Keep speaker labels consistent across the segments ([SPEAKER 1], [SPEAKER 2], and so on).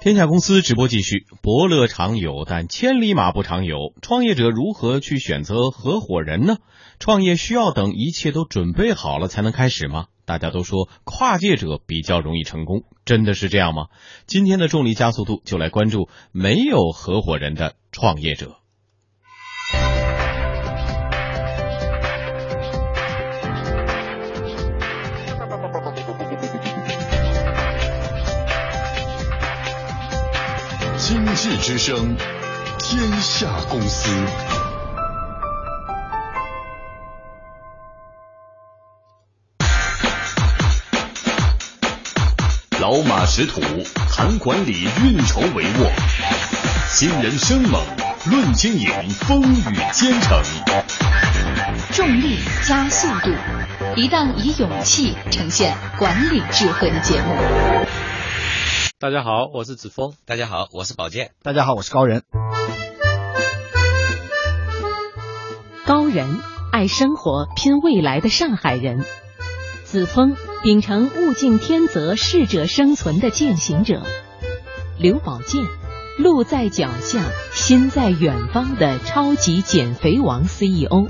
[SPEAKER 1] 天下公司直播继续。伯乐常有，但千里马不常有。创业者如何去选择合伙人呢？创业需要等一切都准备好了才能开始吗？大家都说跨界者比较容易成功，真的是这样吗？今天的重力加速度就来关注没有合伙人的创业者。
[SPEAKER 2] 经济之声，天下公司。老马识途，谈管理，运筹帷幄；新人生猛，论经营，风雨兼程。
[SPEAKER 3] 重力加速度，一档以勇气呈现管理智慧的节目。
[SPEAKER 4] 大家好，我是子峰。
[SPEAKER 5] 大家好，我是宝健。
[SPEAKER 6] 大家好，我是高人。
[SPEAKER 7] 高人爱生活、拼未来的上海人，子峰秉承物竞天择、适者生存的践行者，刘宝健路在脚下、心在远方的超级减肥王 E CEO。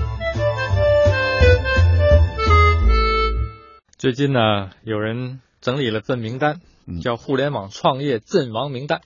[SPEAKER 4] 最近呢，有人整理了份名单，叫《互联网创业阵亡名单》。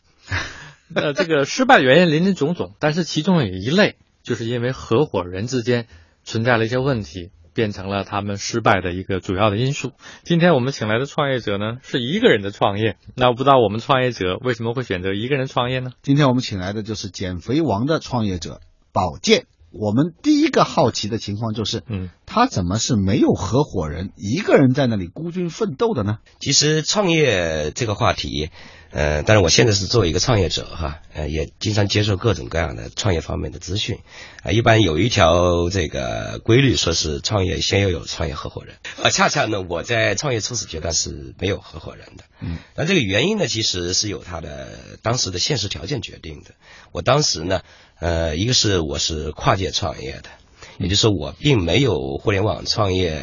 [SPEAKER 4] 呃，这个失败原因林林总 总，但是其中有一类就是因为合伙人之间存在了一些问题，变成了他们失败的一个主要的因素。今天我们请来的创业者呢，是一个人的创业。那我不知道我们创业者为什么会选择一个人创业呢？
[SPEAKER 6] 今天我们请来的就是减肥王的创业者宝健。我们第一个好奇的情况就是，
[SPEAKER 4] 嗯，
[SPEAKER 6] 他怎么是没有合伙人，一个人在那里孤军奋斗的呢？
[SPEAKER 5] 其实创业这个话题，呃，当然我现在是作为一个创业者哈，呃，也经常接受各种各样的创业方面的资讯。啊、一般有一条这个规律，说是创业先要有创业合伙人。啊、恰恰呢，我在创业初始阶段是没有合伙人的。
[SPEAKER 6] 嗯，
[SPEAKER 5] 那这个原因呢，其实是有它的当时的现实条件决定的。我当时呢，呃，一个是我是跨界创业的，也就是说我并没有互联网创业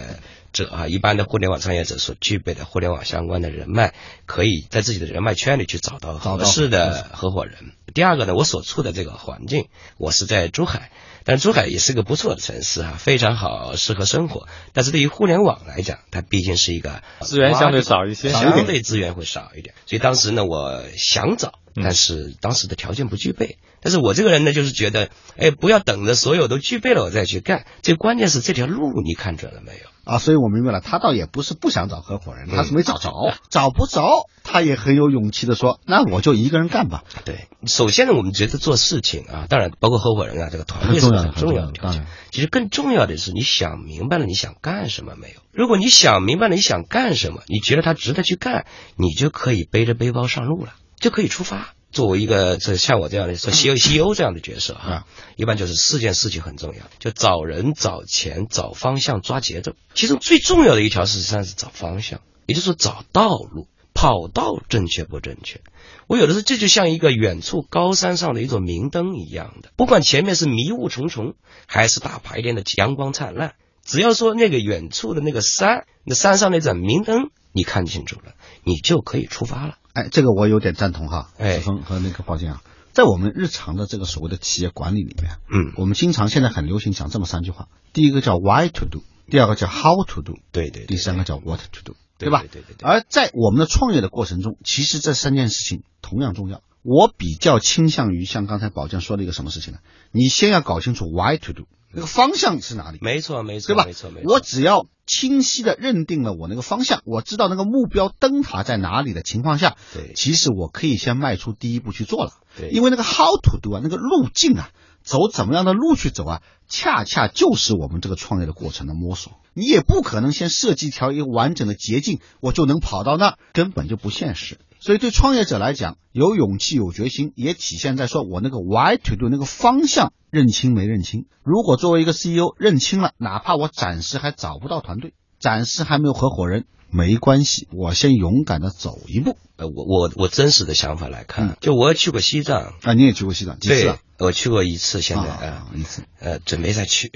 [SPEAKER 5] 者啊，一般的互联网创业者所具备的互联网相关的人脉，可以在自己的人脉圈里去找到
[SPEAKER 6] 找
[SPEAKER 5] 合
[SPEAKER 6] 到
[SPEAKER 5] 适的合伙人。第二个呢，我所处的这个环境，我是在珠海。但珠海也是个不错的城市啊，非常好，适合生活。但是对于互联网来讲，它毕竟是一个
[SPEAKER 4] 资源相对少一些，
[SPEAKER 5] 相对资源会少一点。所以当时呢，我想找，
[SPEAKER 4] 嗯
[SPEAKER 5] 但是当时的条件不具备。但是我这个人呢，就是觉得，哎，不要等着所有都具备了我再去干。最关键是这条路你看准了没有？
[SPEAKER 6] 啊，所以我明白了，他倒也不是不想找合伙人，
[SPEAKER 5] 嗯
[SPEAKER 6] 他是没找着，找不着，他也很有勇气的说，那我就一个人干吧。
[SPEAKER 5] 对，首先呢，我们觉得做事情啊，当然包括合伙人啊，这个团队是
[SPEAKER 6] 很重要
[SPEAKER 5] 很重要的
[SPEAKER 6] 很重要
[SPEAKER 5] 条
[SPEAKER 6] 当
[SPEAKER 5] 件
[SPEAKER 6] 然。
[SPEAKER 5] 其实更重要的是，你想明白了你想干什么没有？如果你想明白了你想干什么，你觉得它值得去干，你就可以背着背包上路了，就可以出发。作为一个这像我这样的做 E CEO CEO 这样的角色啊，一般就是四件事情很重要，就找人、找钱、找方向、抓节奏。其中最重要的一条实际上是找方向，也就是说找道路，跑道正确不正确。我有的时候这就像一个远处高山上的一座明灯一样的，不管前面是迷雾重重，还是大白天的阳光灿烂，只要说那个远处的那个山，那山上那盏明灯你看清楚了，你就可以出发了。
[SPEAKER 6] 哎，这个我有点赞同哈，
[SPEAKER 5] 哎
[SPEAKER 6] 子峰和那个宝健啊，在我们日常的这个所谓的企业管理里面，
[SPEAKER 5] 嗯，
[SPEAKER 6] 我们经常现在很流行讲这么三句话，第一个叫 why to do，第二个叫 how to do，
[SPEAKER 5] 对对对
[SPEAKER 6] 第三个叫 what to do，
[SPEAKER 5] 对
[SPEAKER 6] 吧？
[SPEAKER 5] 对对对对
[SPEAKER 6] 而在我们的创业的过程中，其实这三件事情同样重要。我比较倾向于像刚才宝健说的一个什么事情呢？你先要搞清楚 why to do，那个方向是哪里，
[SPEAKER 5] 嗯没错没错，
[SPEAKER 6] 对吧？
[SPEAKER 5] 没错没错。
[SPEAKER 6] 我只要清晰的认定了我那个方向，我知道那个目标灯塔在哪里的情况下，
[SPEAKER 5] 对
[SPEAKER 6] 其实我可以先迈出第一步去做了。
[SPEAKER 5] 对
[SPEAKER 6] 因为那个 how to do 啊，那个路径啊，走怎么样的路去走啊，恰恰就是我们这个创业的过程的摸索。你也不可能先设计一条一个完整的捷径，我就能跑到那儿，根本就不现实。所以对创业者来讲，有勇气、有决心，也体现在说我那个 why to do 那个方向认清没认清。如果作为一个 CEO 认清了，哪怕我暂时还找不到团队，暂时还没有合伙人，没关系，我先勇敢的走一步。
[SPEAKER 5] 呃我我我真实的想法来看，
[SPEAKER 6] 嗯
[SPEAKER 5] 就我去过西藏，
[SPEAKER 6] 啊，你也去过西藏几次
[SPEAKER 5] 对
[SPEAKER 6] 啊？，
[SPEAKER 5] 我去过一次，现在啊
[SPEAKER 6] 啊，，一次。
[SPEAKER 5] 呃，准备再去。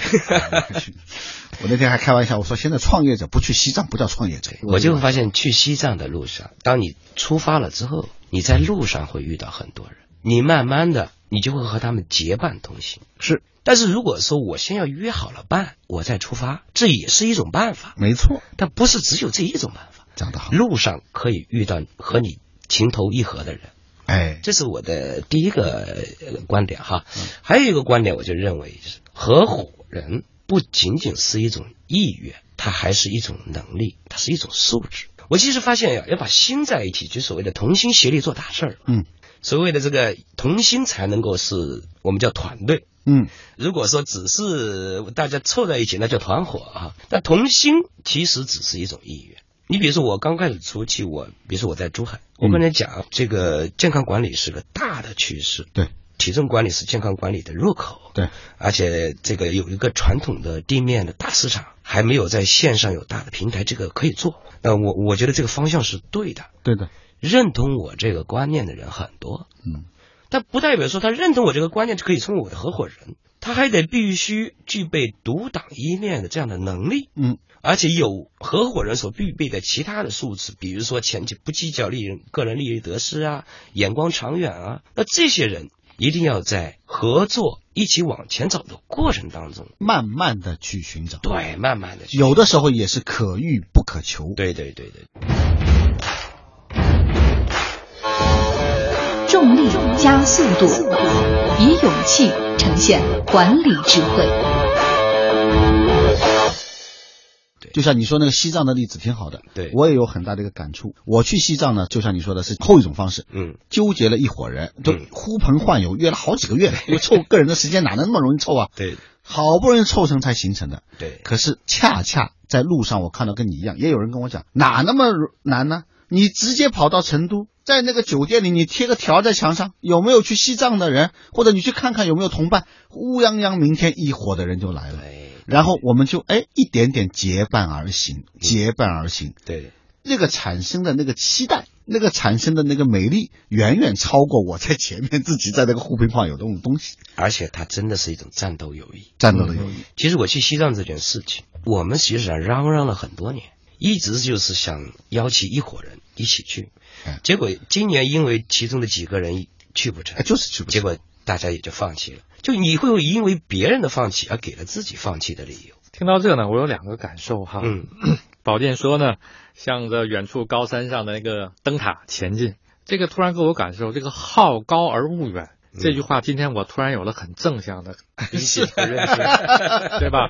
[SPEAKER 6] 我那天还开玩笑，我说现在创业者不去西藏不叫创业者，
[SPEAKER 5] 我就会发现，去西藏的路上，当你出发了之后，你在路上会遇到很多人，你慢慢的，你就会和他们结伴同行。是，但是如果说我先要约好了伴，我再出发，这也是一种办法，
[SPEAKER 6] 没错，
[SPEAKER 5] 但不是只有这一种办法。
[SPEAKER 6] 讲得好。
[SPEAKER 5] 路上可以遇到和你情投意合的人，
[SPEAKER 6] 哎，
[SPEAKER 5] 这是我的第一个呃观点哈。还有一个观点，我就认为是合伙人不仅仅是一种意愿，它还是一种能力，它是一种素质。我其实发现呀，要把心在一起，就所谓的同心协力做大事儿。
[SPEAKER 6] 嗯，
[SPEAKER 5] 所谓的这个同心才能够是我们叫团队。
[SPEAKER 6] 嗯，
[SPEAKER 5] 如果说只是大家凑在一起，那叫团伙啊。但同心其实只是一种意愿。你比如说，我刚开始初期，我比如说我在珠海，
[SPEAKER 6] 嗯
[SPEAKER 5] 我跟人讲，这个健康管理是个大的趋势，
[SPEAKER 6] 对，
[SPEAKER 5] 体重管理是健康管理的入口，
[SPEAKER 6] 对，
[SPEAKER 5] 而且这个有一个传统的地面的大市场，还没有在线上有大的平台，这个可以做。那我我觉得这个方向是对的，
[SPEAKER 6] 对的，
[SPEAKER 5] 认同我这个观念的人很多，
[SPEAKER 6] 嗯，
[SPEAKER 5] 但不代表说他认同我这个观念就可以成为我的合伙人，他还得必须具备独当一面的这样的能力，
[SPEAKER 6] 嗯，
[SPEAKER 5] 而且有合伙人所具备的其他的素质，比如说前期不计较利润、个人利益得失啊，眼光长远啊，那这些人一定要在合作一起往前走的过程当中，
[SPEAKER 6] 慢慢的去寻找，
[SPEAKER 5] 对，慢慢的去，
[SPEAKER 6] 有的时候也是可遇不可求。
[SPEAKER 5] 对对对对，
[SPEAKER 3] 重力加速度，以勇气呈现管理智慧。
[SPEAKER 6] 就像你说那个西藏的例子挺好的，
[SPEAKER 5] 对
[SPEAKER 6] 我也有很大的一个感触。我去西藏呢，就像你说的是后一种方式，
[SPEAKER 5] 嗯，
[SPEAKER 6] 纠结了一伙人，就
[SPEAKER 5] 嗯
[SPEAKER 6] 呼朋唤友，约了好几个月了，因为凑个人的时间哪能那么容易凑啊？
[SPEAKER 5] 对
[SPEAKER 6] 好不容易凑成才形成的。
[SPEAKER 5] 对
[SPEAKER 6] 可是恰恰在路上，我看到跟你一样，也有人跟我讲，哪那么难呢？你直接跑到成都，在那个酒店里，你贴个条在墙上，有没有去西藏的人，或者你去看看有没有同伴，乌泱泱，明天一伙的人就来了。
[SPEAKER 5] 哎，
[SPEAKER 6] 然后我们就哎一点点结伴而行，
[SPEAKER 4] 嗯
[SPEAKER 6] 结伴而行，
[SPEAKER 5] 对，
[SPEAKER 6] 那个产生的那个期待，那个产生的那个美丽，远远超过我在前面自己在那个互评框有的那种东西。
[SPEAKER 5] 而且它真的是一种战斗友谊。
[SPEAKER 6] 战斗的
[SPEAKER 4] 嗯
[SPEAKER 6] 友谊，
[SPEAKER 5] 其实我去西藏这件事情，我们实际上嚷嚷了很多年，一直就是想邀请一伙人一起去
[SPEAKER 6] 嗯。
[SPEAKER 5] 结果今年因为其中的几个人去不成
[SPEAKER 6] 哎，，就是去不
[SPEAKER 5] 结
[SPEAKER 6] 成。
[SPEAKER 5] 果大家也就放弃了。就你会因为别人的放弃而给了自己放弃的理由。
[SPEAKER 4] 听到这呢，我有两个感受哈。
[SPEAKER 5] 嗯，
[SPEAKER 4] 宝剑说呢，向着远处高山上的那个灯塔前进。这个突然给我感受，这个好高而骛远。这句话今天我突然有了很正向的理解和认识，对吧？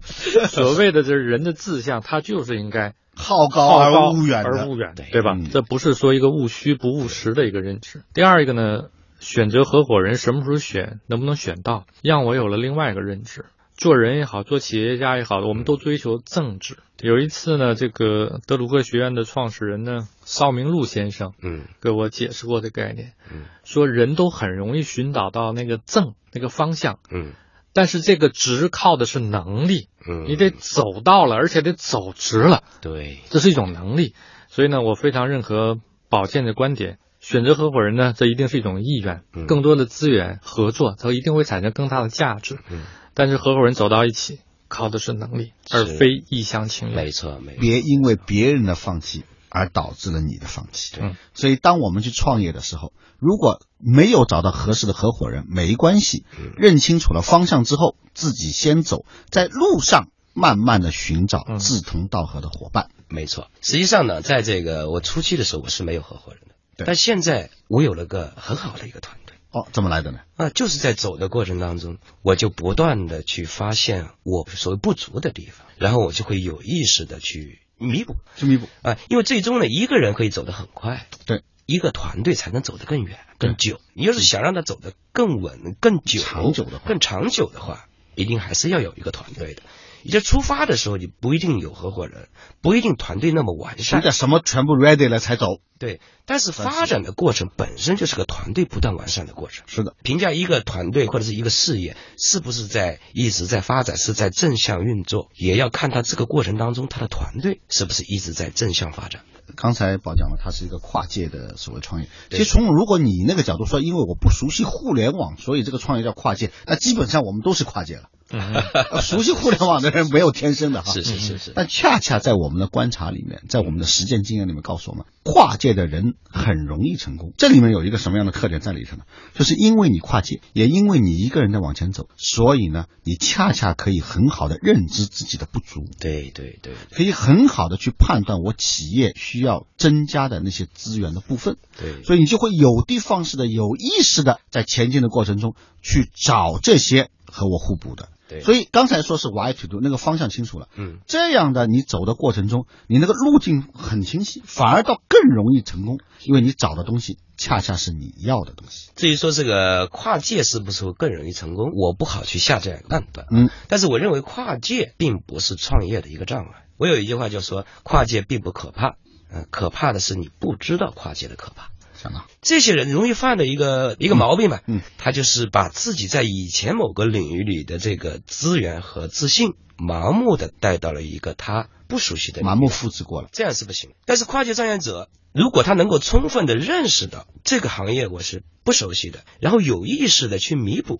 [SPEAKER 4] 所谓的这人的志向，他就是应该
[SPEAKER 6] 好高
[SPEAKER 4] 好
[SPEAKER 6] 哦而
[SPEAKER 4] 高
[SPEAKER 6] 骛远
[SPEAKER 4] 而
[SPEAKER 6] 的，
[SPEAKER 4] 不远，对
[SPEAKER 5] 对
[SPEAKER 4] 吧
[SPEAKER 6] 嗯？
[SPEAKER 4] 这不是说一个务虚不务实的一个认知。第二一个呢，选择合伙人什么时候选，能不能选到，让我有了另外一个认知。做人也好，做企业家也好，我们都追求正直。有一次呢，这个德鲁克学院的创始人呢，邵明路先生
[SPEAKER 5] 嗯
[SPEAKER 4] 给我解释过这个概念
[SPEAKER 5] 嗯，
[SPEAKER 4] 说人都很容易寻找到那个正那个方向，
[SPEAKER 5] 嗯
[SPEAKER 4] 但是这个直靠的是能力，
[SPEAKER 5] 嗯，
[SPEAKER 4] 你得走到了，而且得走直了。
[SPEAKER 5] 对
[SPEAKER 4] 这是一种能力。所以呢，我非常认可宝剑的观点。选择合伙人呢，这一定是一种意愿
[SPEAKER 5] 嗯，
[SPEAKER 4] 更多的资源合作，它一定会产生更大的价值。
[SPEAKER 5] 嗯
[SPEAKER 4] 但是合伙人走到一起，靠的是能力，而
[SPEAKER 5] 是
[SPEAKER 4] 非一厢情愿。
[SPEAKER 5] 没错没错，
[SPEAKER 6] 别因为别人的放弃而导致了你的放弃。
[SPEAKER 4] 对
[SPEAKER 6] 所以当我们去创业的时候，如果没有找到合适的合伙人，没关系，认清楚了方向之后，自己先走，在路上慢慢的寻找
[SPEAKER 4] 嗯
[SPEAKER 6] 志同道合的伙伴。
[SPEAKER 5] 没错。实际上呢，在这个我初期的时候，我是没有合伙人的，
[SPEAKER 6] 对
[SPEAKER 5] 但现在我有了个很好的一个团队。
[SPEAKER 6] 哦，怎么来的呢？
[SPEAKER 5] 啊，就是在走的过程当中，我就不断的去发现我所谓不足的地方，然后我就会有意识的去弥补
[SPEAKER 6] 去弥补。
[SPEAKER 5] 啊，因为最终呢，一个人可以走得很快，
[SPEAKER 6] 对，
[SPEAKER 5] 一个团队才能走得更远、
[SPEAKER 6] 对嗯
[SPEAKER 5] 更久。你要是想让它走得更稳、更久、
[SPEAKER 6] 长久的话
[SPEAKER 5] 更长久的话，一定还是要有一个团队的。也就出发的时候，你不一定有合伙人，不一定团队那么完
[SPEAKER 6] 你
[SPEAKER 5] 善
[SPEAKER 6] 得。什么全部 ready 了才走。
[SPEAKER 5] 对，但是发展的过程本身就是个团队不断完善的过程。
[SPEAKER 6] 是的，
[SPEAKER 5] 评价一个团队或者是一个事业是不是在一直在发展，是在正向运作，也要看他这个过程当中他的团队是不是一直在正向发展。
[SPEAKER 6] 刚才宝讲了，它是一个跨界的所谓创业。其
[SPEAKER 5] 对
[SPEAKER 6] 实从如果你那个角度说，因为我不熟悉互联网，所以这个创业叫跨界，那基本上我们都是跨界了。 熟悉互联网的人没有天生的
[SPEAKER 5] 嗯
[SPEAKER 6] 哈。
[SPEAKER 5] 是是是是，
[SPEAKER 6] 但恰恰在我们的观察里面，在我们的实践经验里面告诉我们，跨界的人很容易成功。这里面有一个什么样的特点在里头呢？就是因为你跨界，也因为你一个人在往前走，所以呢，你恰恰可以很好的认知自己的不足，
[SPEAKER 5] 对对对
[SPEAKER 6] 可以很好的去判断我企业需要增加的那些资源的部分。
[SPEAKER 5] 对，
[SPEAKER 6] 所以你就会有的放矢的、有意识的在前进的过程中去找这些和我互补的。
[SPEAKER 5] 对
[SPEAKER 6] 所以刚才说是 why to do 那个方向清楚了，
[SPEAKER 5] 嗯，
[SPEAKER 6] 这样的你走的过程中，你那个路径很清晰，反而倒更容易成功，因为你找的东西恰恰是你要的东西。
[SPEAKER 5] 至于说这个跨界是不是会更容易成功，我不好去下这样一个判断。
[SPEAKER 6] 嗯，
[SPEAKER 5] 但是我认为跨界并不是创业的一个障碍。我有一句话就说，跨界并不可怕，嗯、可怕的是你不知道跨界的可怕。
[SPEAKER 6] 想到
[SPEAKER 5] 这些人容易犯的一个一个毛病吧，
[SPEAKER 6] 嗯，
[SPEAKER 5] 他就是把自己在以前某个领域里的这个资源和自信，盲目的带到了一个他不熟悉的领域
[SPEAKER 6] 盲目复制过了，
[SPEAKER 5] 这样是不行。但是跨界障碍者，如果他能够充分的认识到这个行业我是不熟悉的，然后有意识的去弥补，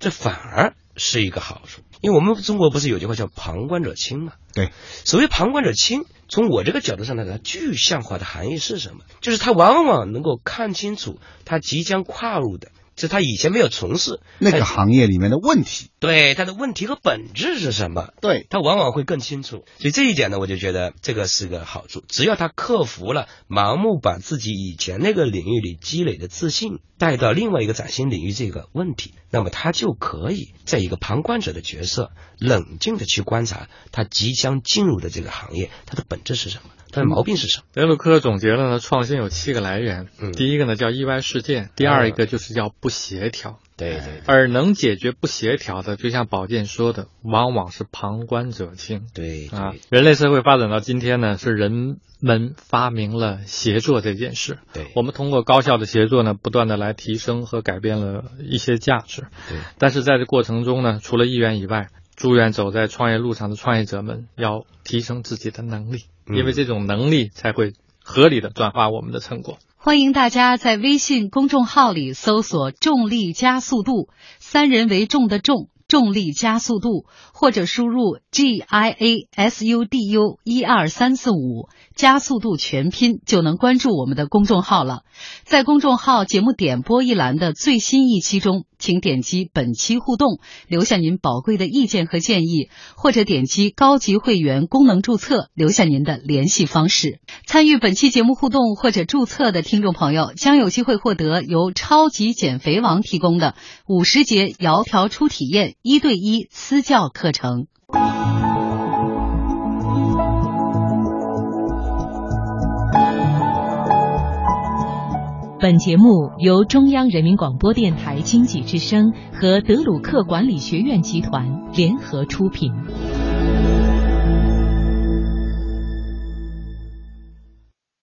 [SPEAKER 5] 这反而是一个好处。因为我们中国不是有句话叫“旁观者清”嘛？
[SPEAKER 6] 对，
[SPEAKER 5] 所谓旁观者清，从我这个角度上来讲，具象化的含义是什么？就是他往往能够看清楚他即将跨入的，就是他以前没有从事
[SPEAKER 6] 那个
[SPEAKER 5] 哎
[SPEAKER 6] 行业里面的问题。
[SPEAKER 5] 对他的问题和本质是什么。
[SPEAKER 6] 对，
[SPEAKER 5] 他往往会更清楚。所以这一点呢，我就觉得这个是个好处。只要他克服了盲目把自己以前那个领域里积累的自信带到另外一个崭新领域这个问题，那么他就可以在一个旁观者的角色，冷静的去观察他即将进入的这个行业，它的本质是什么，它的毛病是什么。
[SPEAKER 4] 德鲁克总结了呢，创新有七个来源。
[SPEAKER 5] 嗯
[SPEAKER 4] 第一个呢叫意外事件，第二一个就是叫不协调。
[SPEAKER 5] 对对
[SPEAKER 4] 而能解决不协调的，就像宝剑说的，往往是旁观者清。
[SPEAKER 5] 对
[SPEAKER 4] 啊
[SPEAKER 5] 对，
[SPEAKER 4] 人类社会发展到今天呢，是人们发明了协作这件事。
[SPEAKER 5] 对，
[SPEAKER 4] 我们通过高效的协作呢，不断的来提升和改变了一些价值。
[SPEAKER 5] 对，
[SPEAKER 4] 但是在这过程中呢，除了意愿以外，祝愿走在创业路上的创业者们要提升自己的能力，
[SPEAKER 5] 嗯
[SPEAKER 4] 因为这种能力才会合理的转化我们的成果。
[SPEAKER 3] 欢迎大家在微信公众号里搜索“重力加速度”，三人为重的重，重力加速度，或者输入 G I A S U D U 一二三四五，加速度全拼就能关注我们的公众号了。在公众号节目点播一栏的最新一期中，请点击本期互动，留下您宝贵的意见和建议，或者点击高级会员功能注册，留下您的联系方式。参与本期节目互动或者注册的听众朋友，将有机会获得由超级减肥王提供的五十节窈窕初体验一对一私教课程。
[SPEAKER 7] 本节目由中央人民广播电台经济之声和德鲁克管理学院集团联合出品。